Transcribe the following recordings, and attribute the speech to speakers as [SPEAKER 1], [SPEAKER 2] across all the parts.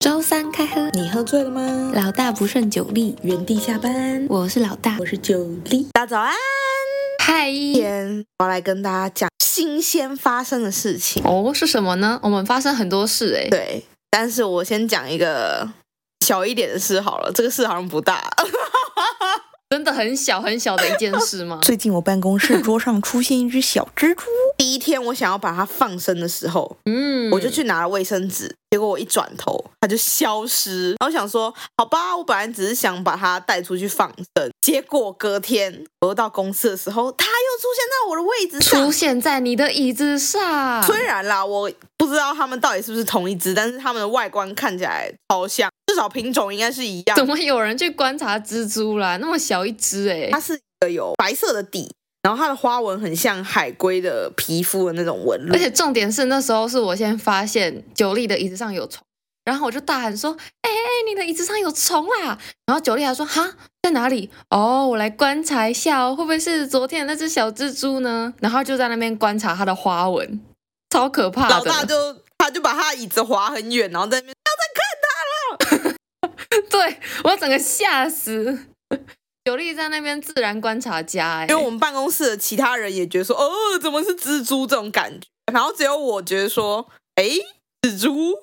[SPEAKER 1] 周三开喝，
[SPEAKER 2] 你喝醉了吗？
[SPEAKER 1] 老大不顺酒力，
[SPEAKER 2] 原地下班，
[SPEAKER 1] 我是老大
[SPEAKER 2] 我，是九力。大家早安！
[SPEAKER 1] 嗨，
[SPEAKER 2] 今天我要来跟大家讲新鲜发生的事情。
[SPEAKER 1] 哦，是什么呢？我们发生很多事哎、
[SPEAKER 2] 对，但是我先讲一个小一点的事好了，这个事好像不大。
[SPEAKER 1] 真的很小很小的一件事吗？
[SPEAKER 3] 最近我办公室桌上出现一只小蜘蛛，
[SPEAKER 2] 第一天我想要把它放生的时候，
[SPEAKER 1] 嗯，
[SPEAKER 2] 我就去拿了卫生纸，结果我一转头，它就消失。然后我想说，好吧，我本来只是想把它带出去放生，结果隔天我又到公司的时候，它又出现在我的位置上
[SPEAKER 1] 出。现在你的椅子上，
[SPEAKER 2] 虽然啦，我不知道它们到底是不是同一只，但是它们的外观看起来超像，至少品种应该是一样。哦
[SPEAKER 1] 怎么有人去观察蜘蛛啦？那么小一只哎、
[SPEAKER 2] 它是一个有白色的底，然后它的花纹很像海龟的皮肤的那种纹路
[SPEAKER 1] 而。且重点是那时候是我先发现九力的椅子上有虫，然后我就大喊说：“哎、哎、哎，你的椅子上有虫啦！”然后九力还说：“哈，在哪里？哦，我来观察一下哦，会不会是昨天的那只小蜘蛛呢？”然后就在那边观察它的花纹，超可怕的。
[SPEAKER 2] 老大就他就把他的椅子滑很远，然后在那边。
[SPEAKER 1] 对我整个吓死。九力在那边自然观察家、哎，
[SPEAKER 2] 因为我们办公室的其他人也觉得说，哦，怎么是蜘蛛这种感觉？然后只有我觉得说，哎，蜘蛛，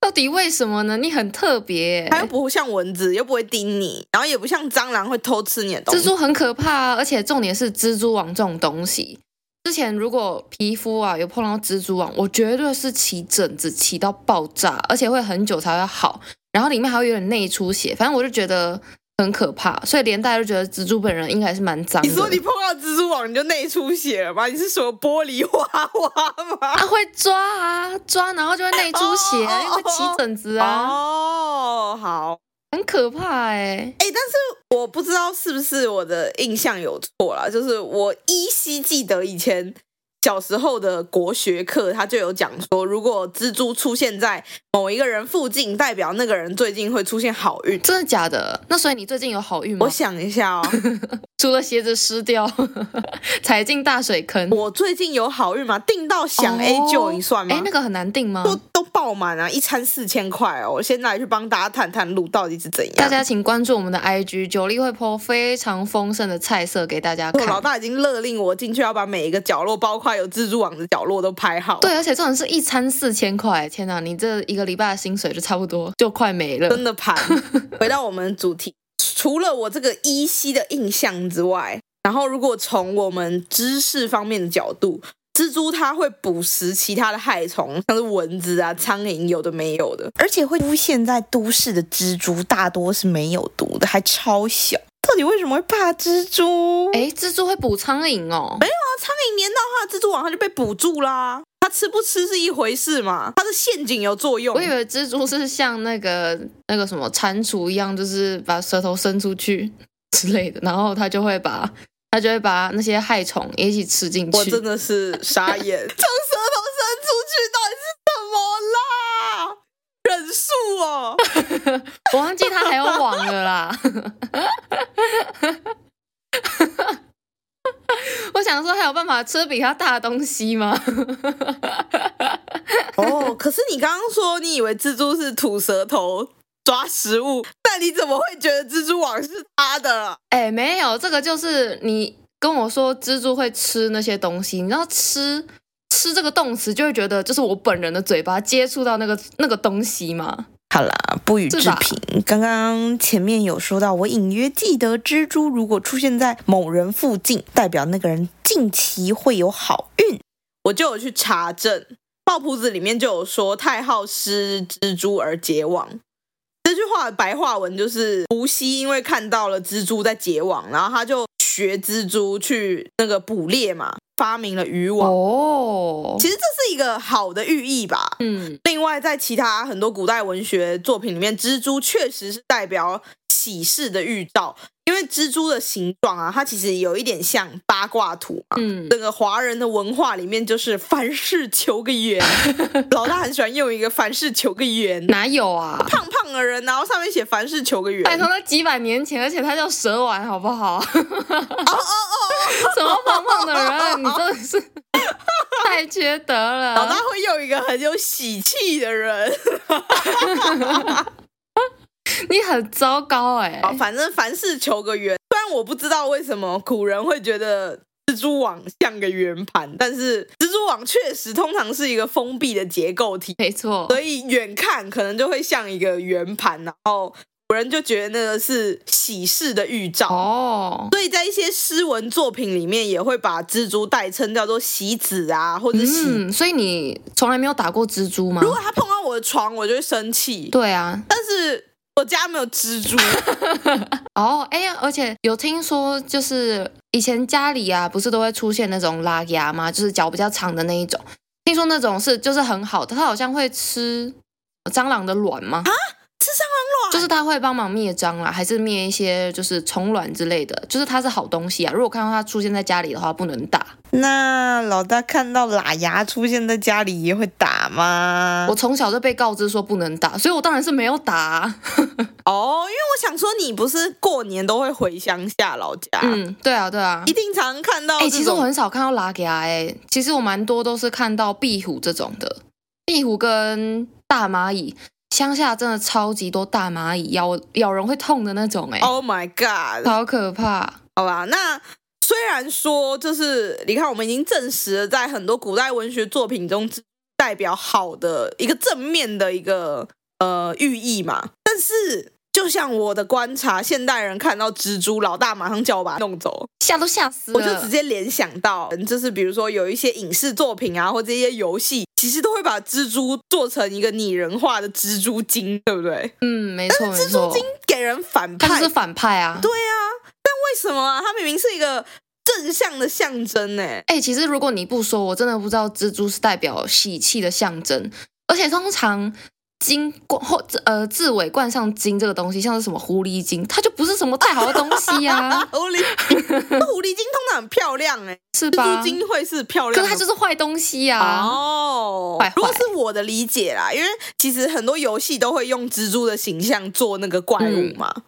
[SPEAKER 1] 到底为什么呢？你很特别、
[SPEAKER 2] 它
[SPEAKER 1] 哎
[SPEAKER 2] 又不像蚊子，又不会叮你，然后也不像蟑螂会偷吃你的东
[SPEAKER 1] 蜘
[SPEAKER 2] 西。
[SPEAKER 1] 蛛很可怕、啊，而且重点是蜘蛛网这种东西，之前如果皮肤啊有碰到蜘蛛网，我绝对是起疹子起到爆炸，而且会很久才会好，然后里面还会有点内出血，反正我就觉得很可怕，所以连带就觉得蜘蛛本人应该是蛮脏的。
[SPEAKER 2] 你说你碰到蜘蛛网你就内出血了吗？你是说玻璃花花吗？
[SPEAKER 1] 啊会抓啊抓，然后就会内出血，
[SPEAKER 2] 哦哦哦
[SPEAKER 1] 又会起疹子啊，
[SPEAKER 2] 哦，好，
[SPEAKER 1] 很可怕哎、
[SPEAKER 2] 哎、但是我不知道是不是我的印象有错啦，就是我依稀记得以前小时候的国学课，他就有讲说，如果蜘蛛出现在某一个人附近，代表那个人最近会出现好运。
[SPEAKER 1] 真的假的？那所以你最近有好运吗
[SPEAKER 2] 我？想一下 哦，
[SPEAKER 1] 除了鞋子湿掉， 踩进大水坑，
[SPEAKER 2] 我最近有好运吗？订到享 A
[SPEAKER 1] 哦
[SPEAKER 2] 就你算吗？
[SPEAKER 1] 哎，那个很难定吗？
[SPEAKER 2] 都都爆满啊，一餐四千块哦！我现在去帮大家探探路到底是怎样。
[SPEAKER 1] 大家请关注我们的 IG，九力会 po 非常丰盛的菜色给大家
[SPEAKER 2] 我哦老
[SPEAKER 1] 看。
[SPEAKER 2] 大已经勒令我进去要把每一个角落，包括有蜘蛛网的角落都拍好。
[SPEAKER 1] 对，而且这种是一餐四千块，天哪！你这一个礼拜的薪水就差不多就快没了。
[SPEAKER 2] 真的 盘。回到我们主题，除了我这个依稀的印象之外，然后如果从我们知识方面的角度，蜘蛛它会捕食其他的害虫，像是蚊子啊、苍蝇，有的没有的。
[SPEAKER 3] 而且会出现在都市的蜘蛛大多是没有毒的，还超小。到底为什么会怕蜘蛛？
[SPEAKER 1] 哎，蜘蛛会捕苍蝇哦，
[SPEAKER 2] 那苍蝇粘到它的蜘蛛网，它就被捕住啦。它吃不吃是一回事嘛，它的陷阱有作用
[SPEAKER 1] 我。以为蜘蛛是像那个那个什么蟾蜍一样，就是把舌头伸出去之类的，然后它就会把它就会把那些害虫也一起吃进去。
[SPEAKER 2] 我真的是傻眼， 从舌头伸出去到底是什么啦？忍术哦。
[SPEAKER 1] 我忘记它还有网了啦。 我想说，还有办法吃比它大的东西吗？
[SPEAKER 2] 哦，可是你刚刚说你以为蜘蛛是吐舌头抓食物，那你怎么会觉得蜘蛛网是它的？
[SPEAKER 1] 哎、没有，这个就是你跟我说蜘蛛会吃那些东西，你知道吃吃这个动词，就会觉得就是我本人的嘴巴接触到那个那个东西嘛。
[SPEAKER 3] 好啦，不予
[SPEAKER 1] 是
[SPEAKER 3] 置
[SPEAKER 1] 吧
[SPEAKER 3] 评。刚刚前面有说到，我隐约记得蜘蛛如果出现在某人附近，代表那个人近期会有好运。
[SPEAKER 2] 我就有去查证，《抱朴子》里面就有说太好吃蜘蛛而结网。这句话的白话文就是伏羲因为看到了蜘蛛在结网，然后他就学蜘蛛去那个捕猎嘛，发明了渔网。
[SPEAKER 1] 哦，
[SPEAKER 2] 其实这是一个好的寓意吧，
[SPEAKER 1] 嗯，
[SPEAKER 2] 另外，在其他很多古代文学作品里面，蜘蛛确实是代表喜事的预兆，因为蜘蛛的形状啊，它其实有一点像八卦图嘛。
[SPEAKER 1] 嗯，
[SPEAKER 2] 这个华人的文化里面，就是凡事求个圆， 老大很喜欢用一个凡事求个圆，
[SPEAKER 1] 哪有 啊？
[SPEAKER 2] 胖胖的人，然后上面写凡事求个圆，
[SPEAKER 1] 拜托，那几百年前，而且它叫蛇丸，好不
[SPEAKER 2] 哦
[SPEAKER 1] 啊 好？什么胖胖的人，你真的是太太缺德了。
[SPEAKER 2] 老大会用一个很有喜气的人。
[SPEAKER 1] 你很糟糕哎、
[SPEAKER 2] 好，反正凡事求个圆。虽然我不知道为什么古人会觉得蜘蛛网像个圆盘，但是蜘蛛网确实通常是一个封闭的结构体，
[SPEAKER 1] 没错，
[SPEAKER 2] 所以远看可能就会像一个圆盘，然后古人就觉得那个是喜事的预兆。
[SPEAKER 1] 哦，
[SPEAKER 2] 所以在一些诗文作品里面，也会把蜘蛛代称叫做喜子啊，或者喜。
[SPEAKER 1] 嗯，所以你从来没有打过蜘蛛吗
[SPEAKER 2] 如？果它碰到我的床，我就会生气。
[SPEAKER 1] 对啊，
[SPEAKER 2] 但是我家没有蜘蛛，
[SPEAKER 1] 哦，哎呀，而且有听说，就是以前家里啊，不是都会出现那种拉牙吗？就是脚比较长的那一种。听说那种是就是很好的，它好像会吃蟑螂的卵吗？啊，
[SPEAKER 2] 吃
[SPEAKER 1] 蟑螂卵？就是它会帮忙灭蟑螂，还是灭一些就是虫卵之类的？就是它是好东西啊。如果看到它出现在家里的话，不能打。
[SPEAKER 3] 那老大看到喇牙出现在家里也会打吗
[SPEAKER 1] 我？从小就被告知说不能打，所以我当然是没有打啊、
[SPEAKER 2] 哦，因为我想说，你不是过年都会回乡下老家，
[SPEAKER 1] 嗯，对啊，对啊
[SPEAKER 2] 一。定常看到
[SPEAKER 1] 哎、
[SPEAKER 2] 哦这
[SPEAKER 1] 其实我
[SPEAKER 2] 种。
[SPEAKER 1] 很少看到拉牙哎，其实我蛮多都是看到壁虎这种的，壁虎跟大蚂蚁，乡下真的超级多大蚂蚁，咬咬人会痛的那种哎，
[SPEAKER 2] Oh my god！
[SPEAKER 1] 好可怕。
[SPEAKER 2] 好吧，那虽然说就是你看，我们已经证实了，在很多古代文学作品中，代表好的一个正面的一个呃寓意嘛，但是。就像我的观察，现代人看到蜘蛛，老大马上叫我把它弄走，
[SPEAKER 1] 吓都吓死了，
[SPEAKER 2] 我就直接联想到，嗯就是比如说有一些影视作品啊，或者一些游戏，其实都会把蜘蛛做成一个拟人化的蜘蛛精，对不对？
[SPEAKER 1] 嗯，没错没
[SPEAKER 2] 呃蜘蛛
[SPEAKER 1] 错
[SPEAKER 2] 精，给人反
[SPEAKER 1] 它就
[SPEAKER 2] 派
[SPEAKER 1] 是反派啊。
[SPEAKER 2] 对啊，但为什么啊？它明明是一个正向的象征欸呢？
[SPEAKER 1] 哎、其实如果你不说，我真的不知道蜘蛛是代表喜气的象征，而且通常金冠或呃字尾冠上金这个东西，像是什么狐狸精，它就不是什么太好的东西呀、
[SPEAKER 2] 啊， 狐狸，那狐狸精通常很漂亮哎，
[SPEAKER 1] 是
[SPEAKER 2] 蜘
[SPEAKER 1] 吧
[SPEAKER 2] 蛛？精会是漂亮
[SPEAKER 1] 可
[SPEAKER 2] 的，
[SPEAKER 1] 是它就是坏东西呀、
[SPEAKER 2] 哦
[SPEAKER 1] 啊坏坏。
[SPEAKER 2] 如果是我的理解啦，因为其实很多游戏都会用蜘蛛的形象做那个怪物嘛，
[SPEAKER 1] 嗯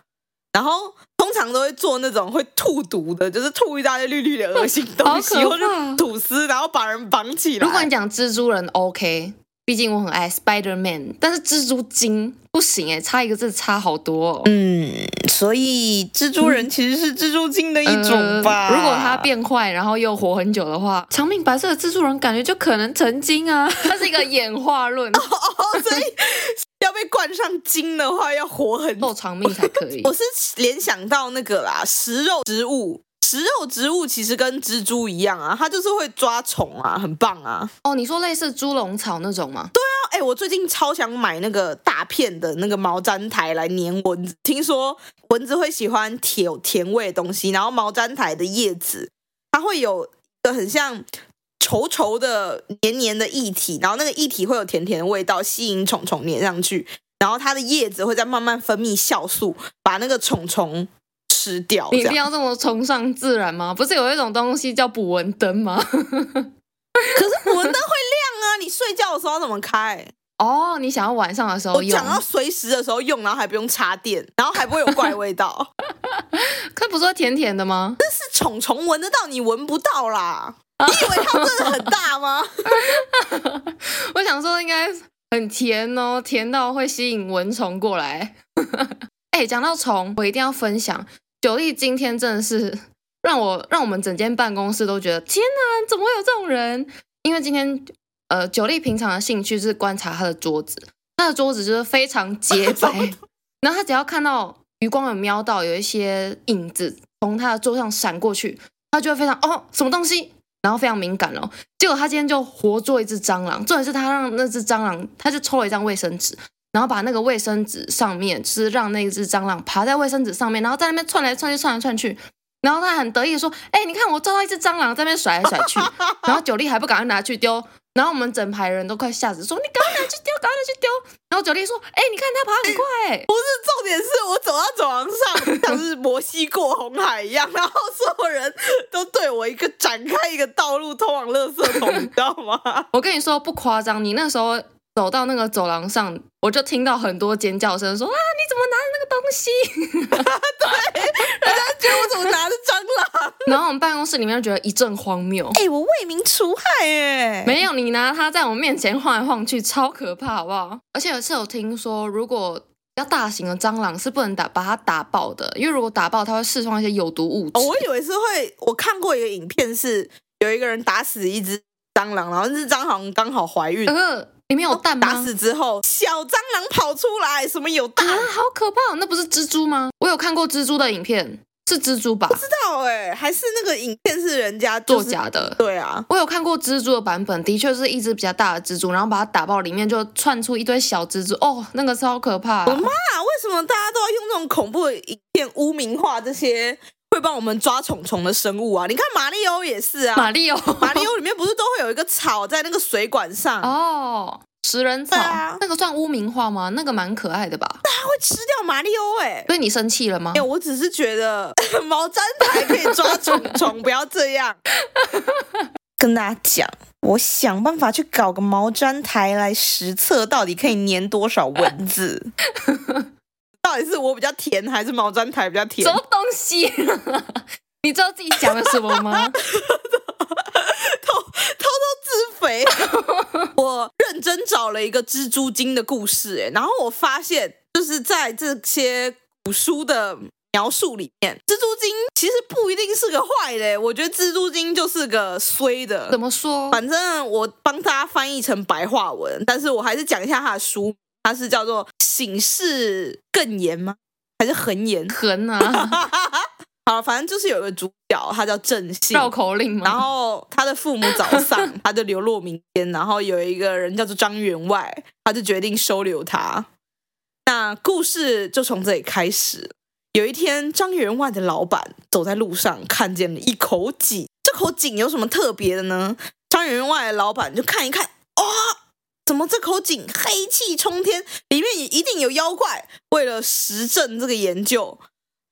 [SPEAKER 2] 然后通常都会做那种会吐毒的，就是吐一大堆绿绿的恶心东西，
[SPEAKER 1] 好可
[SPEAKER 2] 或者
[SPEAKER 1] 怕
[SPEAKER 2] 吐丝，然后把人绑起来。
[SPEAKER 1] 如果你讲蜘蛛人 OK，毕竟我很爱 Spider Man，但是蜘蛛精不行哎、差一个字差好多、哦。
[SPEAKER 3] 嗯，所以蜘蛛人其实是蜘蛛精的一种吧。
[SPEAKER 1] 嗯呃如果它变坏，然后又活很久的话，长命白色的蜘蛛人感觉就可能成精啊。它是一个演化论，
[SPEAKER 2] 要被冠上精的话，要活很久
[SPEAKER 1] 够长命才可以。
[SPEAKER 2] 我是联想到那个啦，食肉植物，食肉植物其实跟蜘蛛一样啊，它就是会抓虫啊，很棒啊。
[SPEAKER 1] 哦，你说类似猪笼草那种吗？
[SPEAKER 2] 那哎、我最近超想买那个大片的那个毛毡台来粘蚊子，听说蚊子会喜欢铁甜味的东西，然后毛毡台的叶子它会有一个很像。稠稠的、黏黏的液体，然后那个液体会有甜甜的味道，吸引虫虫粘上去，然后它的叶子会再慢慢分泌酵素，把那个虫虫吃掉。
[SPEAKER 1] 你一
[SPEAKER 2] 这样
[SPEAKER 1] 定要这么崇尚自然吗？不是有一种东西叫捕蚊灯吗？
[SPEAKER 2] 可是我们灯会亮啊，你睡觉的时候要怎么开？
[SPEAKER 1] 哦，你想要晚上的时候
[SPEAKER 2] 我
[SPEAKER 1] 用
[SPEAKER 2] 讲，到随时的时候用，然后还不用插电，然后还不会有怪味道，
[SPEAKER 1] 可不是会甜甜的吗？
[SPEAKER 2] 是虫虫闻得到，你闻不到啦。你以为它真的很大 吗？
[SPEAKER 1] 我想说应该很甜哦，甜到会吸引蚊虫过来。 哎，讲到虫，我一定要分享，九力今天真的是让我让我们整间办公室都觉得天哪，怎么会有这种人？因为今天呃，九力平常的兴趣是观察他的桌子，他的桌子就是非常洁
[SPEAKER 2] 什
[SPEAKER 1] 白
[SPEAKER 2] 么，
[SPEAKER 1] 然后他只要看到余光有瞄到有一些影子从他的桌上闪过去，他就会非常哦什么东西，然后非常敏感哦。结果他今天就活捉一只蟑螂，重点是他让那只蟑螂，他就抽了一张卫生纸，然后把那个卫生纸上面，就是让那只蟑螂爬在卫生纸上面，然后在那边窜来窜去，窜来窜去。然后他很得意的说：“哎、你看我抓到一只蟑螂，在那边甩来甩去。”然后九力还不赶快拿去丢，然后我们整排人都快吓死，说：“你赶快拿去丢，赶快拿去丢！”然后九力说：“哎、你看它爬很快、欸。”
[SPEAKER 2] 重点是我走到走廊上，像是摩西过红海一样，然后所有人都对我一个展开一个道路通往垃圾桶，你知道吗？
[SPEAKER 1] 我跟你说不夸张，你那时候走到那个走廊上，我就听到很多尖叫声，说啊，你怎么拿着那个东西？
[SPEAKER 2] 觉得我怎么拿着蟑螂？
[SPEAKER 1] 然后我们办公室里面就觉得一阵荒谬。
[SPEAKER 3] 哎、我为民除害哎、
[SPEAKER 1] 没有，你拿它在我面前晃来晃去，超可怕，好不好？而且有次有听说，如果比较大型的蟑螂是不能打把它打爆的，因为如果打爆，它会释放一些有毒物质。
[SPEAKER 2] 哦，我以为是会，我看过一个影片是有一个人打死一只蟑螂，然后那只蟑螂刚好怀孕，
[SPEAKER 1] 呃，里面有蛋吗？
[SPEAKER 2] 哦打死之后小蟑螂跑出来，什么有蛋？
[SPEAKER 1] 啊，好可怕！那不是蜘蛛吗？我有看过蜘蛛的影片，是蜘蛛吧？
[SPEAKER 2] 不知道哎、还是那个影片是人家、
[SPEAKER 1] 作
[SPEAKER 2] 就是、
[SPEAKER 1] 假的。
[SPEAKER 2] 对啊，
[SPEAKER 1] 我有看过蜘蛛的版本，的确是一只比较大的蜘蛛，然后把它打爆，里面就窜出一堆小蜘蛛。哦，那个超可怕！
[SPEAKER 2] 我妈啊，为什么大家都要用这种恐怖的影片污名化这些会帮我们抓虫虫的生物啊？你看马里欧也是啊，
[SPEAKER 1] 马里 奥，
[SPEAKER 2] 马里欧里面不是都会有一个草在那个水管上，它、
[SPEAKER 1] 哦，食人草、
[SPEAKER 2] 对啊
[SPEAKER 1] 那个算污名化吗？那个蛮可爱的吧？
[SPEAKER 2] 会吃掉马里欧哎、欸。
[SPEAKER 1] 所以你生气了吗
[SPEAKER 2] 哎、？我只是觉得 毛毡台可以抓虫虫，不要这 样。
[SPEAKER 3] 跟大家讲，我想办法去搞个毛毡台来实测到底可以粘多少蚊 子。
[SPEAKER 2] 到底是我比较甜，还是毛毡台比较甜
[SPEAKER 1] 什？么东西？ 你知道自己讲了什么吗？
[SPEAKER 2] 自肥。我认真找了一个蜘蛛精的故事、哎，然后我发现就是在这些古书的描述里面，蜘蛛精其实不一定是个坏的、哎我觉得蜘蛛精就是个衰
[SPEAKER 1] 怎
[SPEAKER 2] 的。
[SPEAKER 1] 么说？
[SPEAKER 2] 反正我帮大家翻译成白话文，但是我还是讲一下他的书，它是叫做《醒世更言》吗？还是恒言？
[SPEAKER 1] 痕啊，
[SPEAKER 2] 好，反正就是有一个主角，他叫郑信，
[SPEAKER 1] 绕口令吗？
[SPEAKER 2] 然后他的父母早丧，他就流落民间。然后有一个人叫做张员外，他就决定收留他。那故事就从这里开始。有一天，张员外的老板走在路上，看见了一口井。这口井有什么特别的呢？张员外的老板就看一看，哇、怎么这口井黑气冲天，里面一定有妖怪？为了实证这个研究，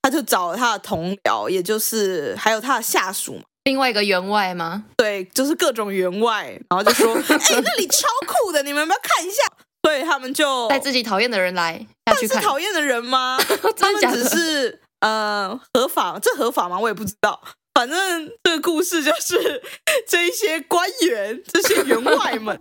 [SPEAKER 2] 他就找了他的同僚，也就是还有他的下属嘛
[SPEAKER 1] 另外一个员外吗？
[SPEAKER 2] 对，就是各种员外，然后就 说：“哎、那里超酷的，你们要不要看一下？”所以他们就
[SPEAKER 1] 带自己讨厌的人来下去
[SPEAKER 2] 哦是
[SPEAKER 1] 看，
[SPEAKER 2] 讨厌的人吗？他
[SPEAKER 1] 真的
[SPEAKER 2] 们
[SPEAKER 1] 假
[SPEAKER 2] 只
[SPEAKER 1] 的？
[SPEAKER 2] 是呃合法，这合法吗？我也不知道。反正这个故事就是 这一些官员、这些员外们，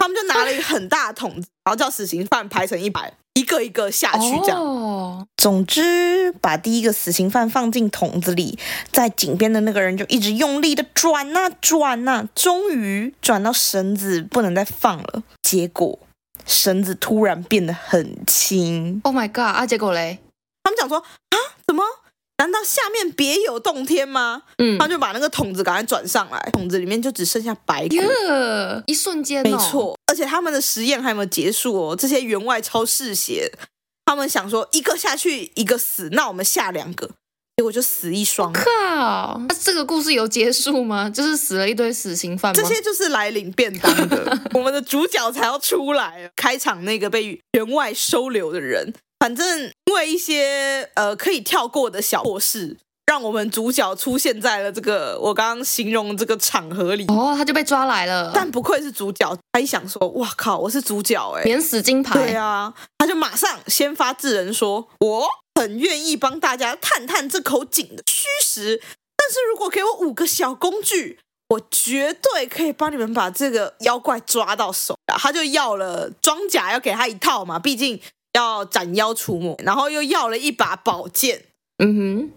[SPEAKER 2] 他们就拿了一个很大的桶子，然后叫死刑犯排成一排，一个一个下去这样。
[SPEAKER 1] 哦，
[SPEAKER 3] 总之，把第一个死刑犯放进桶子里，在井边的那个人就一直用力的转呐、转呐、啊终于转到绳子不能再放了。结果绳子突然变得很轻，
[SPEAKER 1] Oh my god！啊，结果嘞，
[SPEAKER 2] 他们讲说：“啊，怎么？难道下面别有洞天吗？”
[SPEAKER 1] 嗯
[SPEAKER 2] 他，就把那个桶子赶快转上来，桶子里面就只剩下白骨。
[SPEAKER 1] 耶，一瞬间、哦，
[SPEAKER 2] 没，错，而且他们的实验还没有结束哦。这些员外超嗜血，他们想说一个下去一个死，那我们下两个，结果就死一双。
[SPEAKER 1] 靠！那这个故事有结束吗？就是死了一堆死刑犯吗？
[SPEAKER 2] 这些就是来领便当的，我们的主角才要出来。开场那个被员外收留的人，反正因为一些呃可以跳过的小破事，让我们主角出现在了这个我刚刚形容的这个场合里。
[SPEAKER 1] 哦，他就被抓来了，
[SPEAKER 2] 但不愧是主角，他一想说，哇靠，我是主角哎、
[SPEAKER 1] 免死金牌。
[SPEAKER 2] 对啊，他就马上先发制人说，我很愿意帮大家探探这口井的虚实，但是如果给我五个小工具，我绝对可以帮你们把这个妖怪抓到手。他就要了装甲，要给他一套嘛，毕竟要斩妖除魔，然后又要了一把宝剑，
[SPEAKER 1] 嗯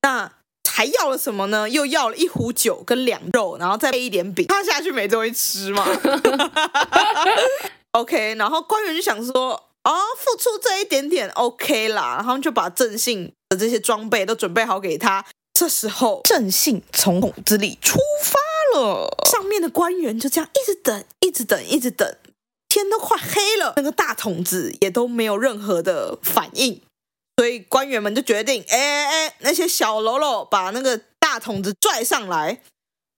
[SPEAKER 2] 那。还要了什么呢？又要了一壶酒跟两肉，然后再配一点饼。他下去没东西吃嘛。OK，然后官员就想说，哦，付出这一点点 OK 啦，然后就把正信的这些装备都准备好给他。这时候，
[SPEAKER 3] 郑信从桶子里出发了。
[SPEAKER 2] 上面的官员就这样一直等，一直等，一直等，天都快黑了，那个大筒子也都没有任何的反应，所以官员们就决定，哎哎哎，那些小喽啰把那个大筒子拽上来。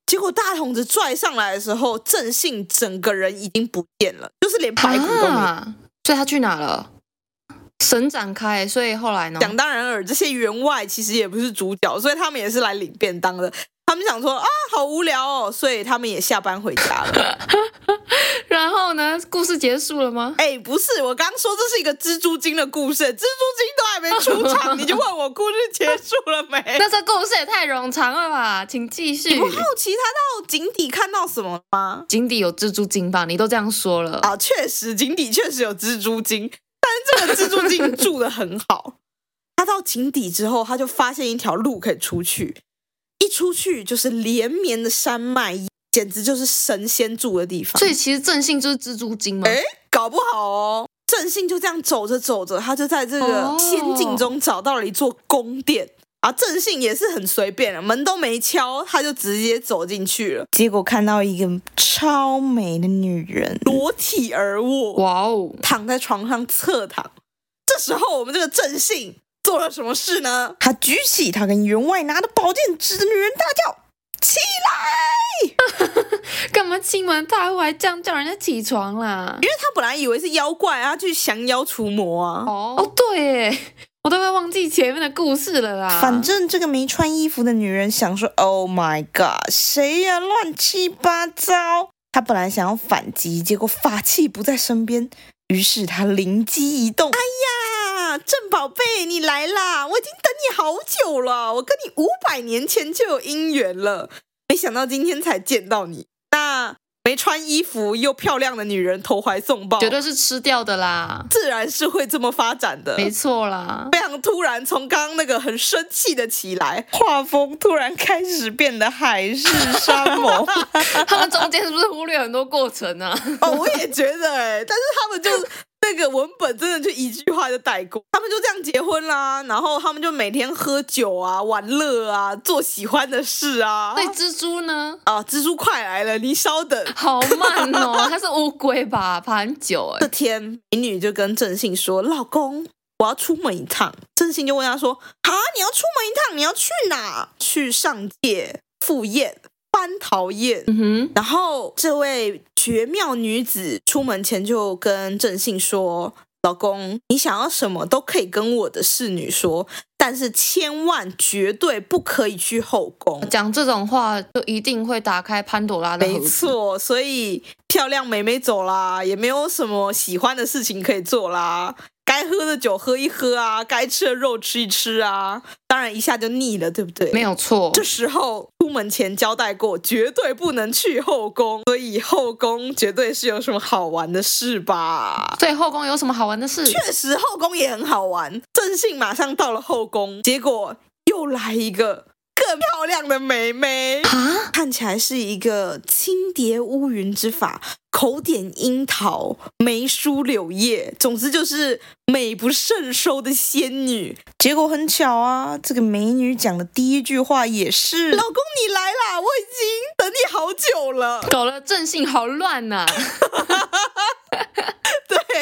[SPEAKER 2] 结果大筒子拽上来的时候，郑信整个人已经不见了，就是连
[SPEAKER 1] 哼，
[SPEAKER 2] 白骨都没有。
[SPEAKER 1] 啊，所以他去哪了？神展开，所以后来呢？
[SPEAKER 2] 想当然尔，这些员外其实也不是主角，所以他们也是来领便当的。他他们想说啊，好无聊哦，所以他们也下班回家 了。
[SPEAKER 1] 然后呢，故事结束了吗？
[SPEAKER 2] 哎，不是，我刚说这是一个蜘蛛精的故事，蜘蛛精都还没出 场，你就问我故事结束了没？
[SPEAKER 1] 那这故事也太冗长了吧，请继续。
[SPEAKER 2] 不好奇他到井底看到什么了吗？
[SPEAKER 1] 井底有蜘蛛精吧？你都这样说了，
[SPEAKER 2] 啊，确实井底确实有蜘蛛精，但是这个蜘蛛精住的很 好。他到井底之后，他就发现一条路可以出去，一出去就是连绵的山脉，简直就是神仙住的地方。
[SPEAKER 1] 所以其实正信就是蜘蛛精吗？
[SPEAKER 2] 哎，搞不好哦，郑信就这样走着走着，他就在这个
[SPEAKER 1] 哦
[SPEAKER 2] 仙境中找到了一座宫殿。啊，郑信也是很随便的，门都没敲，他就直接走进去了，
[SPEAKER 3] 结果看到一个超美的女人，
[SPEAKER 2] 裸体而卧。
[SPEAKER 1] 哇哦，
[SPEAKER 2] 躺在床上侧躺。这时候，我们这个郑信做了什么事呢？
[SPEAKER 3] 她举起她跟员外拿的宝剑指着女人大叫：“起来
[SPEAKER 1] 干嘛亲门踏户还这样叫人家起床啦？
[SPEAKER 2] 因为他本来以为是妖怪啊，他去降妖除魔啊。
[SPEAKER 1] 哦哦，对耶，我都快忘记前面的故事了
[SPEAKER 2] 啊
[SPEAKER 1] 啦。！”
[SPEAKER 3] 反正这个没穿衣服的女人想说：“Oh my god，谁呀、乱七八糟！”她本来想要反击，结果法器不在身边，于是她灵机一动，
[SPEAKER 2] 啊，哎郑宝贝，你来啦！我已经等你好久了，我跟你五百年前就有姻缘了，没想到今天才见到你。那没穿衣服又漂亮的女人投怀送抱，
[SPEAKER 1] 绝对是吃掉的啦，
[SPEAKER 2] 自然是会这么发展的。
[SPEAKER 1] 没错啦。
[SPEAKER 2] 非常突然，从刚刚那个很生气的起来，
[SPEAKER 3] 画风突然开始变得海誓山盟。
[SPEAKER 1] 他们中间是不是忽略很多过程啊？
[SPEAKER 2] 哦，我也觉得哎、但是他们就那个文本真的就一句话就带过，他们就这样结婚啦，然后他们就每天喝酒啊、玩乐啊、做喜欢的事啊
[SPEAKER 1] 所。以蜘蛛呢？
[SPEAKER 2] 啊，蜘蛛快来了，你稍等。
[SPEAKER 1] 好慢哦，它是乌龟吧？爬很久
[SPEAKER 2] 这
[SPEAKER 1] 哎。
[SPEAKER 2] 天，美女就跟郑信说：“老公，我要出门一趟。”郑信就问她说：“啊，你要出门一趟，你要去哪？去上界赴宴、蟠桃宴。”
[SPEAKER 1] 嗯哼，
[SPEAKER 2] 然后这位绝妙女子出门前就跟郑信说：“老公，你想要什么都可以跟我的侍女说，但是千万绝对不可以去后宫。”
[SPEAKER 1] 讲这种话就一定会打开潘朵拉的
[SPEAKER 2] 没
[SPEAKER 1] 盒子。
[SPEAKER 2] 错，所以漂亮妹妹走啦，也没有什么喜欢的事情可以做啦。该喝的酒喝一喝啊，该吃的肉吃一吃啊，当然一下就腻了，对不对？
[SPEAKER 1] 没有错
[SPEAKER 2] 这，时候出门前交代过，绝对不能去后宫，所以后宫绝对是有什么好玩的事吧？
[SPEAKER 1] 所以后宫有什么好玩的事？
[SPEAKER 2] 确实，后宫也很好玩。郑信马上到了后宫，结果又来一个更漂亮的妹妹，
[SPEAKER 1] 啊，
[SPEAKER 2] 看起来是一个轻叠乌云之法，口点樱桃，眉梳柳叶，总之就是美不胜收的仙女。
[SPEAKER 3] 结果很巧啊，这个美女讲的第一句话也是
[SPEAKER 2] 老公，你来啦，我已经等你好久了。
[SPEAKER 1] 搞了正性好乱啊呐、
[SPEAKER 2] 啊对，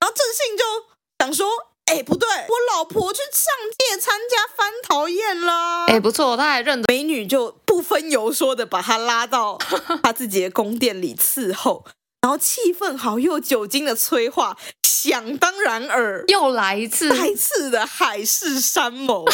[SPEAKER 2] 然后郑信就想说，哎，不对，我老婆去上界参加蟠桃宴啦。
[SPEAKER 1] 哎、不错，他还认得。
[SPEAKER 2] 美女就不分游说的把她拉到她自己的宫殿里伺候，然后气氛好又有酒精的催化，想当然尔，
[SPEAKER 1] 又来一次，
[SPEAKER 2] 再次的海誓山盟。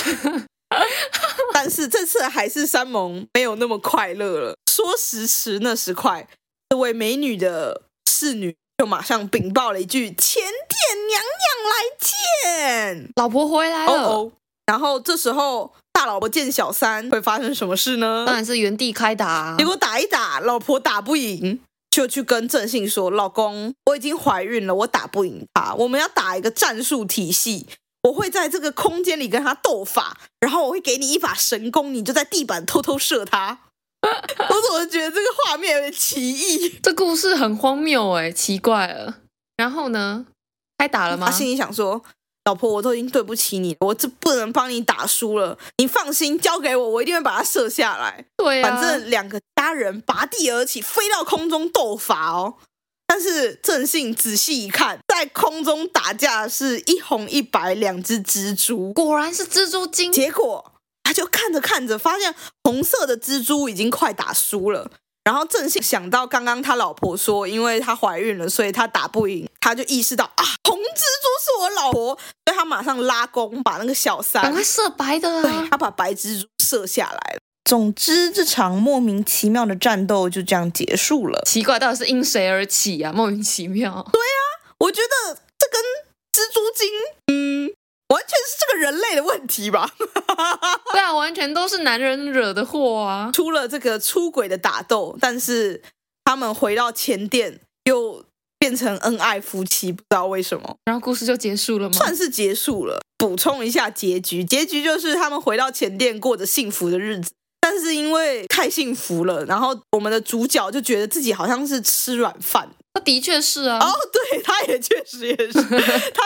[SPEAKER 2] 但是这次的海誓山盟没有那么快乐了。说时迟，那时快，这位美女的侍女就马上禀报了一句：“前殿娘娘来见。”
[SPEAKER 1] 老婆回来
[SPEAKER 2] 哦
[SPEAKER 1] 了，
[SPEAKER 2] 哦。然后这时候大老婆见小三会发生什么事呢？
[SPEAKER 1] 当然是原地开打、啊。
[SPEAKER 2] 结果打一打，老婆打不
[SPEAKER 1] 嗯
[SPEAKER 2] 赢，就去跟郑信说：“老公，我已经怀孕了，我打不赢他，我们要打一个战术体系。”我会在这个空间里跟他斗法，然后我会给你一把神弓，你就在地板偷偷射他。 我怎么觉得这个画面有点奇异？
[SPEAKER 1] 这故事很荒谬哎、奇怪了。然后呢？开打了吗
[SPEAKER 2] 他？心里想说：“老婆，我都已经对不起你了，我这不能帮你打输了，你放心，交给我，我一定会把它射下来。”
[SPEAKER 1] 对啊，
[SPEAKER 2] 反正两个家人拔地而起，飞到空中斗法哦。但是郑信仔细一看，在空中打架是一红一白两只蜘蛛，
[SPEAKER 1] 果然是蜘蛛精。
[SPEAKER 2] 结果他就看着看着，发现红色的蜘蛛已经快打输了。然后郑信想到刚刚他老婆说，因为她怀孕了，所以他打不赢，他就意识到啊，红蜘蛛是我老婆，所以他马上拉弓把那个小三
[SPEAKER 1] 赶快射白的
[SPEAKER 2] 对
[SPEAKER 1] 啊！
[SPEAKER 2] 他把白蜘蛛射下来了。
[SPEAKER 3] 总之，这场莫名其妙的战斗就这样结束了。
[SPEAKER 1] 奇怪，到底是因谁而起啊？莫名其妙。
[SPEAKER 2] 我觉得这跟蜘蛛精，嗯，完全是这个人类的问题吧。
[SPEAKER 1] 对啊，完全都是男人惹的祸啊！
[SPEAKER 2] 出了这个出轨的打斗，但是他们回到前殿又变成恩爱夫妻，不知道为什么，
[SPEAKER 1] 然后故事就结束了
[SPEAKER 3] 嗯
[SPEAKER 1] 吗？
[SPEAKER 2] 算是结束了。补充一下结局，结局就是他们回到前殿过着幸福的日子。但是因为太幸福了，然后我们的主角就觉得自己好像是吃软饭，
[SPEAKER 1] 那的确是啊，，
[SPEAKER 2] 哦，对，他也确实也 是，他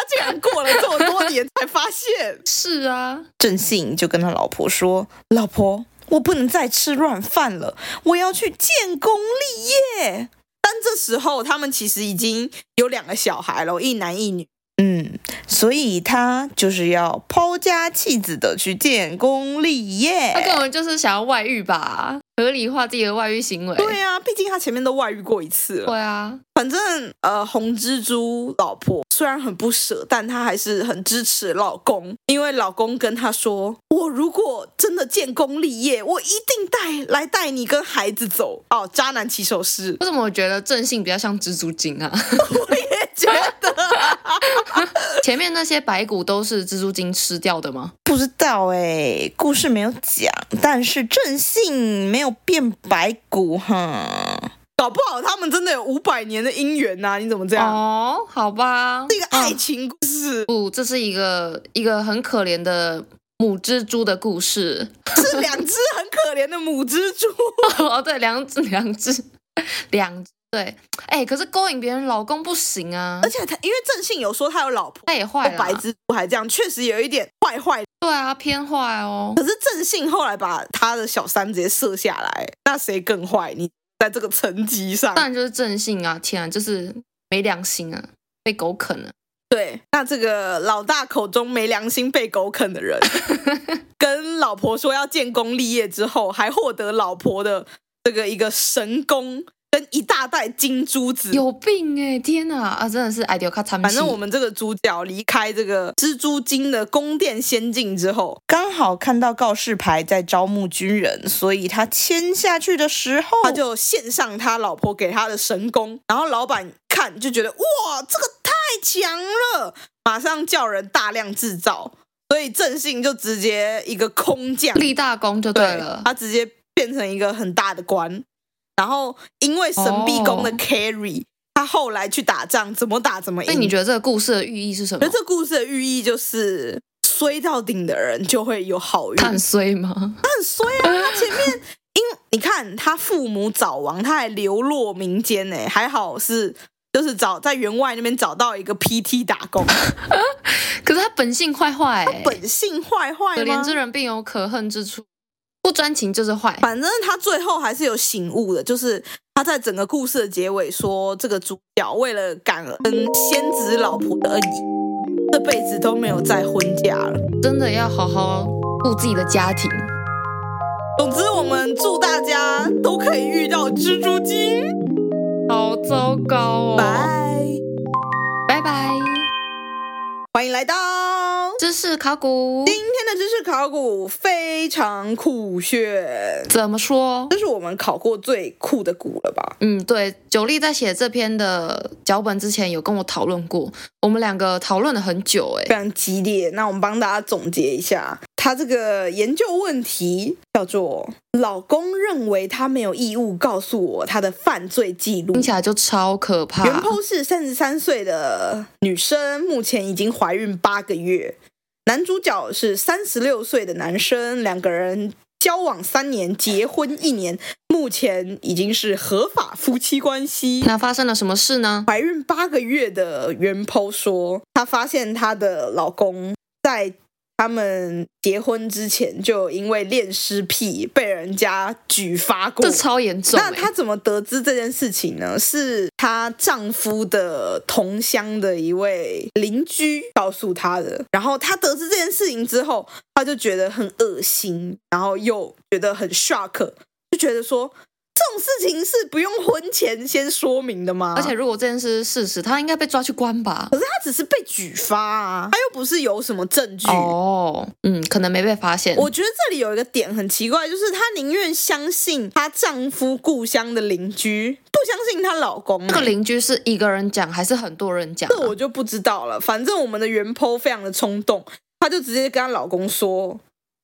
[SPEAKER 2] 竟然过了这么多年才发现
[SPEAKER 1] 是啊，
[SPEAKER 3] 郑信就跟他老婆说：“老婆，我不能再吃软饭了，我要去建功立业。
[SPEAKER 2] 但这时候他们其实已经有两个小孩了，一男一女。”
[SPEAKER 3] 嗯，所以他就是要抛家弃子的去建功立
[SPEAKER 1] 他根
[SPEAKER 3] 业。
[SPEAKER 1] 本就是想要外遇吧，合理化自己的外遇行为。
[SPEAKER 2] 对啊，毕竟他前面都外遇过一次了。
[SPEAKER 1] 对啊，
[SPEAKER 2] 反正呃，红蜘蛛老婆虽然很不舍，但她还是很支持老公，因为老公跟她说：“我如果真的建功立业，我一定带来带你跟孩子走。”哦，渣男起手式，
[SPEAKER 1] 为什么我觉得正性比较像蜘蛛 精啊？
[SPEAKER 2] 觉得
[SPEAKER 1] 前面那些白骨都是蜘蛛精吃掉的吗？
[SPEAKER 3] 不知道哎、故事没有讲，但是郑信没有变白骨哈。
[SPEAKER 2] 搞不好他们真的有五百年的姻缘呐、你怎么这样？
[SPEAKER 1] 哦，好吧，
[SPEAKER 2] 这个爱情故事
[SPEAKER 1] 不，这是一个一个很可怜的母蜘蛛的故事。
[SPEAKER 2] 是两只很可怜的母蜘蛛，
[SPEAKER 1] 哦，对，两只两只 两只，对，哎，可是勾引别人老公不行啊
[SPEAKER 2] 而，且他因为郑信有说他有老婆，
[SPEAKER 1] 他也坏了
[SPEAKER 2] 白
[SPEAKER 1] 啊，
[SPEAKER 2] 蜘蛛还这样，确实有一点坏坏。
[SPEAKER 1] 对啊，偏坏哦。
[SPEAKER 2] 可是郑信后来把他的小三直接射下来，那谁更坏？你在这个层级上，
[SPEAKER 1] 当然就是正性啊！天啊，就是没良心啊，被狗啃了。
[SPEAKER 2] 对，那这个老大口中没良心被狗啃的 人，跟老婆说要建功立业之后，还获得老婆的这个一个神功跟一大袋金珠子。
[SPEAKER 1] 有病哎、天啊啊，真的是爱丢卡惨。
[SPEAKER 2] 反正我们这个主角离开这个蜘蛛精的宫殿仙境之后，
[SPEAKER 3] 刚好看到告示牌在招募军人，所以他签下去的时候，
[SPEAKER 2] 他就献上他老婆给他的神功，然后老板看就觉得哇，这个太强了，马上叫人大量制造，所以郑信就直接一个空降，
[SPEAKER 1] 立大功就对了。
[SPEAKER 2] 他直接变成一个很大的官。然后因为神臂弓的
[SPEAKER 1] 哦
[SPEAKER 2] carry，、他后来去打仗，怎么打怎么
[SPEAKER 1] 那、
[SPEAKER 2] 赢。
[SPEAKER 1] 你觉得这个故事的寓意是什
[SPEAKER 2] 得
[SPEAKER 1] 么？
[SPEAKER 2] 这故事的寓意就是衰到顶的人就会有好运？
[SPEAKER 1] 看衰吗？
[SPEAKER 2] 很衰啊！他前面因你看他父母早亡，他还流落民间呢、哎还好是就是找在员外那边找到一个 PT 打工，哎
[SPEAKER 1] 可是他本性坏坏、欸，
[SPEAKER 2] 本性坏坏
[SPEAKER 1] 可
[SPEAKER 2] 吗
[SPEAKER 1] 怜？之人必有可恨之处，不专情就是坏。
[SPEAKER 2] 反正他最后还是有醒悟的，就是他在整个故事的结尾说，这个主角为了感恩仙子老婆的恩义，这辈子都没有再婚嫁了。
[SPEAKER 1] 真的要好好顾自己的家庭。
[SPEAKER 2] 总之，我们祝大家都可以遇到蜘蛛精，
[SPEAKER 1] 好糟糕哦！
[SPEAKER 2] 拜！
[SPEAKER 1] 拜拜，
[SPEAKER 2] 欢迎来到。
[SPEAKER 1] 知识考古
[SPEAKER 2] 今天的知识考古非常酷炫，
[SPEAKER 1] 怎么说？
[SPEAKER 2] 这是我们考过最酷的鼓了吧？
[SPEAKER 1] 嗯，对，九力在写这篇的脚本之前有跟我讨论过，我们两个讨论了很久、
[SPEAKER 2] 非
[SPEAKER 1] 欸，
[SPEAKER 2] 常激烈。那我们帮大家总结一下，他这个研究问题叫做“老公认为他没有义务告诉我他的犯罪记录
[SPEAKER 1] 听”。起来就超可
[SPEAKER 2] 原
[SPEAKER 1] 怕。
[SPEAKER 2] 剖是三十三岁的女生，目前已经怀孕八个月。男主角是三十六岁的男生，两个人交往三年，结婚一年，目前已经是合法夫妻关系。
[SPEAKER 1] 那发生了什么事呢？
[SPEAKER 2] 怀孕八个月的原剖说，她发现她的老公在他们结婚之前就因为恋尸癖被人家举发过
[SPEAKER 1] 这。超严重、
[SPEAKER 2] 那
[SPEAKER 1] 欸，
[SPEAKER 2] 她怎么得知这件事情呢？是她丈夫的同乡的一位邻居告诉她的。然后她得知这件事情之后，她就觉得很恶心，然后又觉得很 shock，就觉得说种事情是不用婚前先说明的吗？
[SPEAKER 1] 而且如果这件事是事实，他应该被抓去关吧？
[SPEAKER 2] 可是他只是被举发啊，他又不是有什么证据。
[SPEAKER 1] 哦，嗯，可能没被发现。
[SPEAKER 2] 我觉得这里有一个点很奇怪，就是她宁愿相信她丈夫故乡的邻居，不相信她老公、
[SPEAKER 1] 那个
[SPEAKER 2] 欸
[SPEAKER 1] 邻居是一个人讲还是很多人讲啊、
[SPEAKER 2] 这我就不知道了。反正我们的原 po 非常的冲动，她就直接跟她老公说：“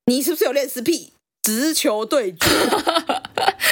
[SPEAKER 2] 你是不是有恋尸癖？直球对决。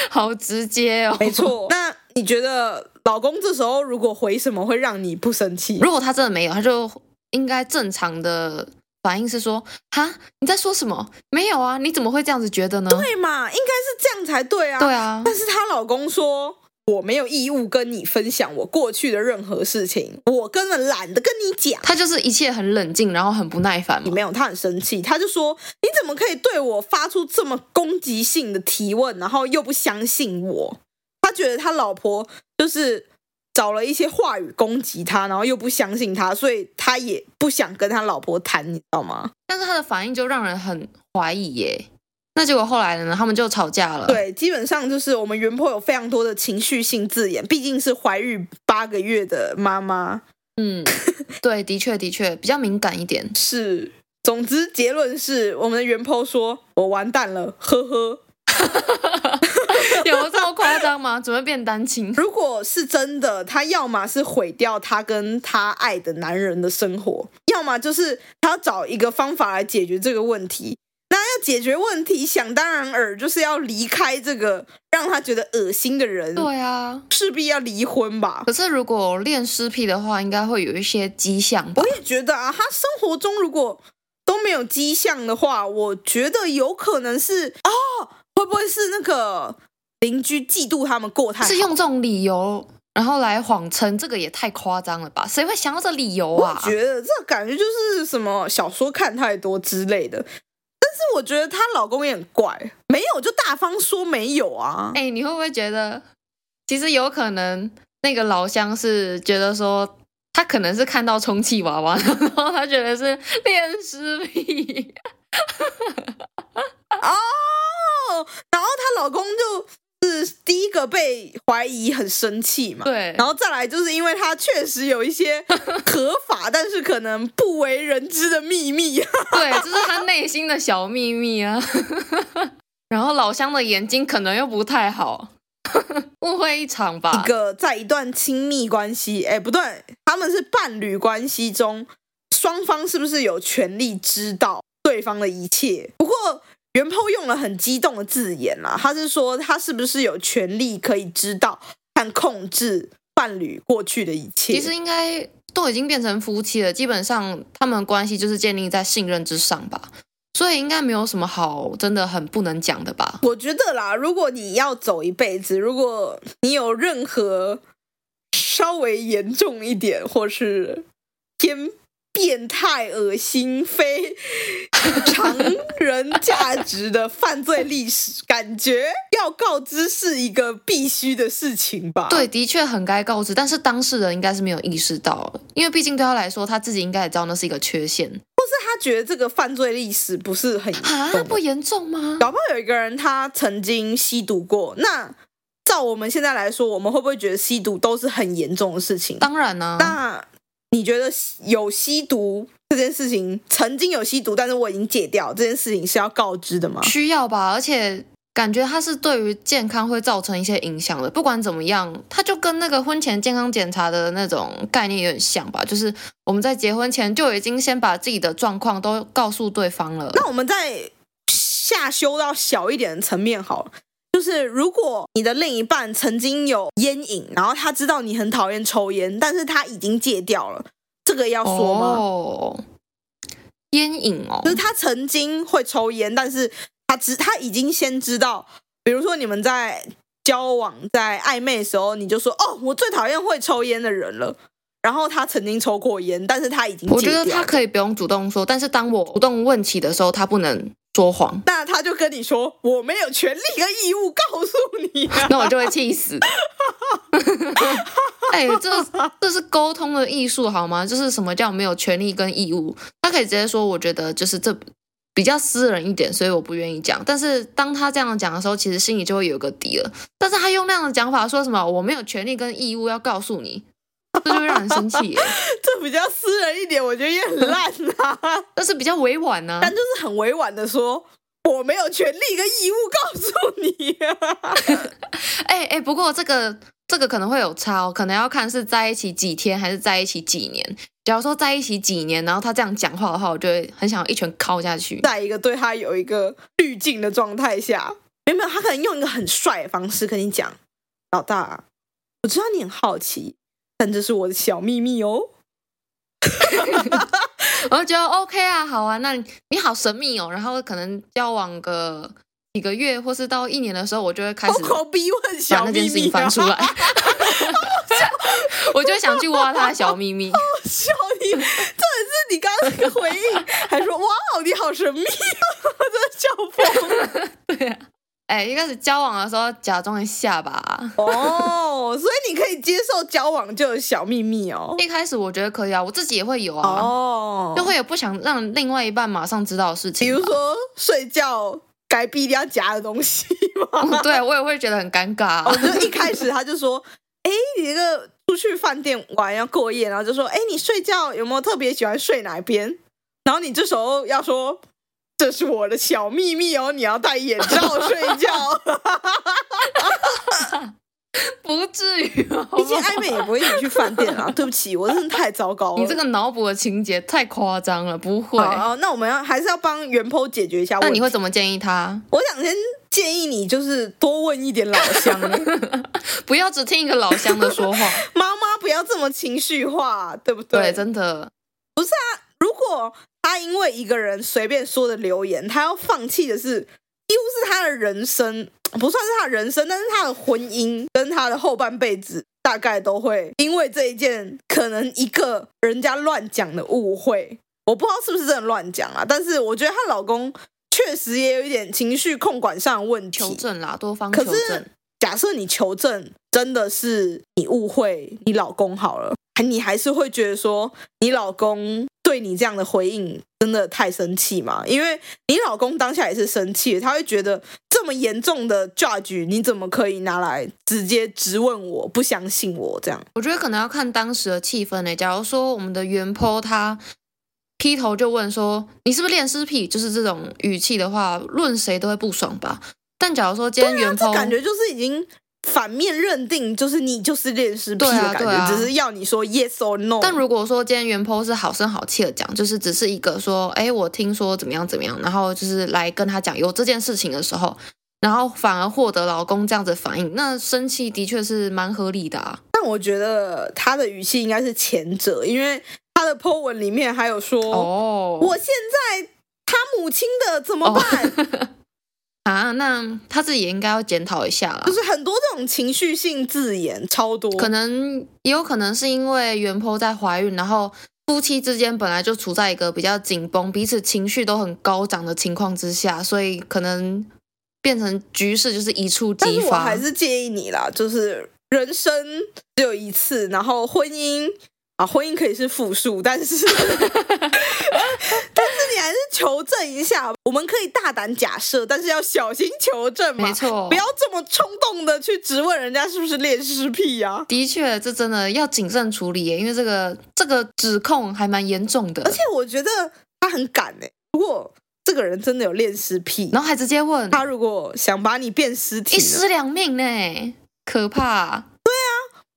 [SPEAKER 1] 好直接哦”。
[SPEAKER 2] 没错。那你觉得老公这时候如果回什么会让你不生气？
[SPEAKER 1] 如果他真的没有，他就应该正常的反应是说：“哈，你在说什么？没有啊，你怎么会这样子觉得呢？”
[SPEAKER 2] 对嘛，应该是这样才对啊。
[SPEAKER 1] 对啊，
[SPEAKER 2] 但是她老公说。我没有义务跟你分享我过去的任何事情，我根本懒得跟你讲。
[SPEAKER 1] 他就是一切很冷静，然后很不耐烦嘛。
[SPEAKER 2] 没有，他很生气，他就说：“你怎么可以对我发出这么攻击性的提问，然后又不相信我？”他觉得他老婆就是找了一些话语攻击他，然后又不相信他，所以他也不想跟他老婆谈，你知道吗？
[SPEAKER 1] 但是他的反应就让人很怀疑耶。那结果后来呢？他们就吵架了。，
[SPEAKER 2] 对，基本上就是我们原坡有非常多的情绪性字眼，毕竟是怀孕八个月的妈妈，
[SPEAKER 1] 嗯，对，的确的确比较敏感一点。
[SPEAKER 2] 是。总之，结论是我们的原坡说：“我完蛋了，呵呵。”
[SPEAKER 1] 有这么夸张吗？怎么会变 单亲？
[SPEAKER 2] 如果是真的，她要么是毁掉她跟她爱的男人的生活，要么就是她要找一个方法来解决这个问题。那要解决问题，想当然尔就是要离开这个让她觉得恶心的人，
[SPEAKER 1] 对啊，
[SPEAKER 2] 势必要离婚吧。
[SPEAKER 1] 可是如果恋尸癖的话，应该会有一些迹象吧
[SPEAKER 2] 我？也觉得啊，她生活中如果都没有迹象的话，我觉得有可能是哦，会不会是那个邻居嫉妒他们过太好
[SPEAKER 1] 是用这种理由，然后来谎称，这个也太夸张了吧？谁会想到这理由
[SPEAKER 2] 我
[SPEAKER 1] 啊？
[SPEAKER 2] 觉得这感觉就是什么小说看太多之类的。但是我觉得她老公也很怪，没有就大方说没有啊。
[SPEAKER 1] 哎、你会不会觉得，其实有可能那个老乡是觉得说，他可能是看到充气娃 娃，然后他觉得是恋尸癖，
[SPEAKER 2] 哦，然后她老公就是第一个被怀疑很生气嘛。
[SPEAKER 1] 对，
[SPEAKER 2] 然后再来就是因为她确实有一些 合法，但是可能不为人知的秘密。
[SPEAKER 1] 对，这是他内心的小秘密啊。 然后老乡的眼睛可能又不太好， 误会一场吧
[SPEAKER 2] 一。个在一段亲密关系，哎，不对，他们是伴侣关系中，双方是不是有权利知道对方的一切？不过袁抛用了很激动的字眼啦，他是说他是不是有权利可以知道和控制伴侣过去的一切？
[SPEAKER 1] 其实应该都已经变成夫妻了，基本上他们关系就是建立在信任之上吧，所以应该没有什么好真的很不能讲的吧。
[SPEAKER 2] 我觉得啦，如果你要走一辈子，如果你有任何稍微严重一点，或是偏变态、恶心、非常人价值的犯罪历史，感觉要告知是一个必须的事情吧？
[SPEAKER 1] 对，，的确很该告知，但是当事人应该是没有意识到的，因为毕竟对他来说，他自己应该也知道那是一个缺陷
[SPEAKER 2] 他觉得这个犯罪历史不是很严
[SPEAKER 1] 啊，
[SPEAKER 2] 重
[SPEAKER 1] 不严重吗？
[SPEAKER 2] 搞不好有一个人他曾经吸毒过，那照我们现在来说，我们会不会觉得吸毒都是很严重的事情？
[SPEAKER 1] 当然啊呢、
[SPEAKER 2] 那你觉得有吸毒这件事情，曾经有吸毒，但是我已经戒掉这件事情是要告知的吗？
[SPEAKER 1] 需要吧，而且感觉它是对于健康会造成一些影响的。不管怎么样，它就跟那个婚前健康检查的那种概念有点像吧，就是我们在结婚前就已经先把自己的状况都告诉对方了。
[SPEAKER 2] 那我们再下修到小一点的层面好了。就是如果你的另一半曾经有烟瘾，然后他知道你很讨厌抽烟，但是他已经戒掉了，这个要说吗？
[SPEAKER 1] 哦，烟瘾哦
[SPEAKER 2] 就，是他曾经会抽烟，但是他知他已经先知道，比如说你们在交往、在暧昧的时候，你就说哦，我最讨厌会抽烟的人了。然后他曾经抽过烟，但是他已经
[SPEAKER 1] 我
[SPEAKER 2] 戒
[SPEAKER 1] 觉
[SPEAKER 2] 掉
[SPEAKER 1] 得他
[SPEAKER 2] 了，
[SPEAKER 1] 可以不用主动说，但是当我主动问起的时候，他不能说谎
[SPEAKER 2] 那他就跟你说，我没有权利和义务告诉你、 啊。
[SPEAKER 1] 那我就会气死。哎、这这是沟通的艺术好吗？就是什么叫没有权利跟义务？他可以直接说，我觉得就是这比较私人一点，所以我不愿意讲。但是当他这样讲的时候，其实心里就会有个底了。但是他用那样的讲法说什么我没有权利跟义务要告诉你，这就会让人生气耶。
[SPEAKER 2] 这比较私人一点，我觉得也很烂啊。
[SPEAKER 1] 但是比较委婉啊呢、
[SPEAKER 2] 但就是很委婉的说，我没有权利跟义务告诉你、啊。
[SPEAKER 1] 哎、哎、不过这个这个可能会有差哦，可能要看是在一起几天还是在一起几年。假如说在一起几年，然后他这样讲话的话，我就会很想要一拳敲下去。
[SPEAKER 2] 在一个对他有一个滤镜的状态下，没有没有，他可能用一个很帅的方式跟你讲：“老大，我知道你很好奇，但这是我的小秘密哦。
[SPEAKER 1] 我就觉得 OK 啊，好啊，那你你好神秘哦。然后可能交往个几个月或是到一年的时候，我就会”开始
[SPEAKER 2] 口口逼问
[SPEAKER 1] 把
[SPEAKER 2] 小
[SPEAKER 1] 那件
[SPEAKER 2] 秘
[SPEAKER 1] 事情
[SPEAKER 2] 密、
[SPEAKER 1] 翻
[SPEAKER 2] 啊，
[SPEAKER 1] 出来， 我就想去挖他的小秘密。
[SPEAKER 2] 笑你， 真的是你刚刚 那个回应，还说哇，你好神秘、哦我真的笑疯了。
[SPEAKER 1] 哎，一开始交往的时候假装一下吧。
[SPEAKER 2] 哦，所以你可以接受交往就有小秘密哦。
[SPEAKER 1] 一开始我觉得可以啊，我自己也会有 啊，
[SPEAKER 2] 哦，
[SPEAKER 1] 就会有不想让另外一半马上知道的事
[SPEAKER 2] 比
[SPEAKER 1] 情吧。
[SPEAKER 2] 如说睡觉该必定要夹的东西吗？
[SPEAKER 1] 嗯， 对我也会觉得很尴尬啊、
[SPEAKER 2] 哦，就一开始他就说，哎，你这个出去饭店玩要过夜，然后就说，哎，你睡觉有没有特别喜欢睡哪边？然后你这时候要说。这是我的小秘密哦，你要戴眼罩睡觉。
[SPEAKER 1] 不至 于哦。
[SPEAKER 2] 毕竟暧昧也不会一起去饭店啊。对不起，我真的太糟糕了。
[SPEAKER 1] 你这个脑补的情节太夸张了，不会。
[SPEAKER 2] 好，好那我们要还是要帮袁剖解决一下
[SPEAKER 1] 那
[SPEAKER 2] 问题。
[SPEAKER 1] 你会怎么建议他？
[SPEAKER 2] 我想先建议你，就是多问一点老乡，欸
[SPEAKER 1] 不要只听一个老乡的说话，
[SPEAKER 2] 妈妈不要这么情绪化，对不
[SPEAKER 1] 对，
[SPEAKER 2] 对？
[SPEAKER 1] 真的，
[SPEAKER 2] 如果他因为一个人随便说的留言，他要放弃的是几乎是他的人生，不算是他的人生，但是他的婚姻跟他的后半辈子，大概都会因为这一件可能一个人家乱讲的误会，我不知道是不是真的乱讲啊，但是我觉得她老公确实也有一点情绪控管上的问题，
[SPEAKER 1] 求证啦，多方
[SPEAKER 2] 可
[SPEAKER 1] 求
[SPEAKER 2] 是
[SPEAKER 1] 证。
[SPEAKER 2] 假设你求证真的是你误会你老公好了，还你还是会觉得说你老公对你这样的回应真的太生气嘛？因为你老公当下也是生气的，他会觉得这么严重的
[SPEAKER 1] 嗯
[SPEAKER 2] judge 你怎么可以拿来直接质问我，不相信我这样？
[SPEAKER 1] 我觉得可能要看当时的气氛呢。假如说我们的原 po 他劈头就问说你是不是恋尸癖，就是这种语气的话，论谁都会不爽吧。但假如说今天原 po、
[SPEAKER 2] 啊感觉就是已经。反面认定就是你就是恋尸癖
[SPEAKER 1] 对啊
[SPEAKER 2] 的感觉，
[SPEAKER 1] 对啊
[SPEAKER 2] 只是要你说 yes or no。
[SPEAKER 1] 但如果说今天原 po 是好声好气的讲，就是只是一个说，哎，我听说怎么样怎么样，然后就是来跟他讲有这件事情的时候，然后反而获得老公这样子反应，那生气的确是蛮合理的啊。
[SPEAKER 2] 但我觉得他的语气应该是前者，因为他的 po 文里面还有说，
[SPEAKER 1] 哦
[SPEAKER 2] 我现在他母亲的怎么办？
[SPEAKER 1] 哦 啊，那他自己也应该要检讨一下 啦
[SPEAKER 2] 就。是很多这种情绪性字眼超多，
[SPEAKER 1] 可能也有可能是因为原 po 在怀孕，然后夫妻之间本来就处在一个比较紧绷、彼此情绪都很高涨的情况之下，所以可能变成局势就是一触
[SPEAKER 2] 但
[SPEAKER 1] 即
[SPEAKER 2] 是我
[SPEAKER 1] 发
[SPEAKER 2] 还。是建议你啦，就是人生只有一次，然后婚姻啊，婚姻可以是复数，但是 但是你还是求证一下，我们可以大胆假设，但是要小心求证嘛，
[SPEAKER 1] 没错
[SPEAKER 2] 不要这么冲动的去质问人家是不是恋尸癖啊呀、
[SPEAKER 1] 的确，这真的要谨慎处理耶，因为这个这个指控还蛮严重的
[SPEAKER 2] 而，且我觉得他很敢哎、如果这个人真的有恋尸癖，
[SPEAKER 1] 然后还直接问
[SPEAKER 2] 他如果想把你变尸体
[SPEAKER 1] 一
[SPEAKER 2] 呢，
[SPEAKER 1] 尸两命呢，可怕、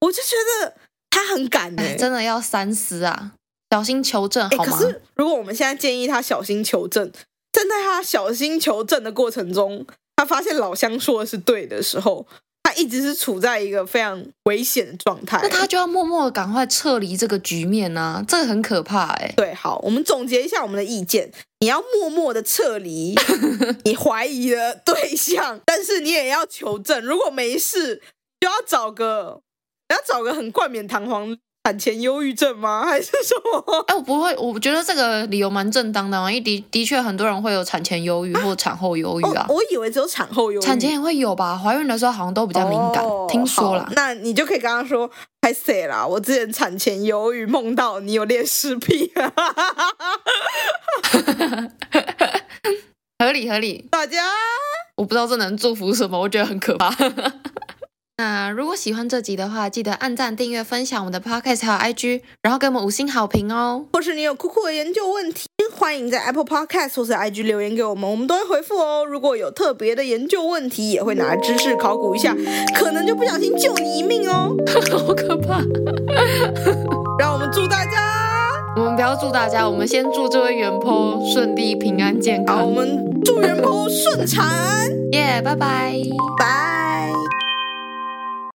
[SPEAKER 2] 我就觉得他很敢哎、
[SPEAKER 1] 哎，真的要三思啊，小心求证
[SPEAKER 2] 哎、
[SPEAKER 1] 好吗
[SPEAKER 2] 可？是如果我们现在建议他小心求证，正在他小心求证的过程中，他发现老乡说的是对的时候，他一直是处在一个非常危险的状态。
[SPEAKER 1] 那他就要默默的赶快撤离这个局面啊，这个很可怕哎。
[SPEAKER 2] 对，好，我们总结一下我们的意见：你要默默的撤离 你怀疑的对象，但是你也要求证。如果没事，就要找个要找个很冠冕堂皇产前忧郁症吗？还是什么？
[SPEAKER 1] 哎，我不会，我觉得这个理由蛮正当的、啊，因为的的确很多人会有产前忧郁或产后忧郁啊，
[SPEAKER 2] 哦，我以为只有产后忧郁，
[SPEAKER 1] 产前也会有吧，怀孕的时候好像都比
[SPEAKER 2] 比
[SPEAKER 1] 较敏感，
[SPEAKER 2] 哦
[SPEAKER 1] 听说啦。
[SPEAKER 2] 那你就可以跟他说：“太塞啦，我之前产前忧郁，梦到你有恋尸癖。”
[SPEAKER 1] 合理合理。
[SPEAKER 2] 大家
[SPEAKER 1] 我不知道这能祝福什么，我觉得很可怕。 那如果喜欢这集的话，记得按赞、订阅、分享我们的 podcast 还有 IG，然后给我们五星好评哦。
[SPEAKER 2] 或是你有酷酷的研究问题，欢迎在 Apple Podcast 或是 IG 留言给我们，我们都会回复哦。如果有特别的研究问题，也会拿来知识考古一下，可能就不小心救你一命哦。
[SPEAKER 1] 好可怕！
[SPEAKER 2] 让我们祝大家，
[SPEAKER 1] 我们不要祝大家，我们先祝这位元坡顺利、平安、健
[SPEAKER 2] 好，我
[SPEAKER 1] 康。
[SPEAKER 2] 们祝元坡顺产，
[SPEAKER 1] 耶，拜拜。
[SPEAKER 2] 拜。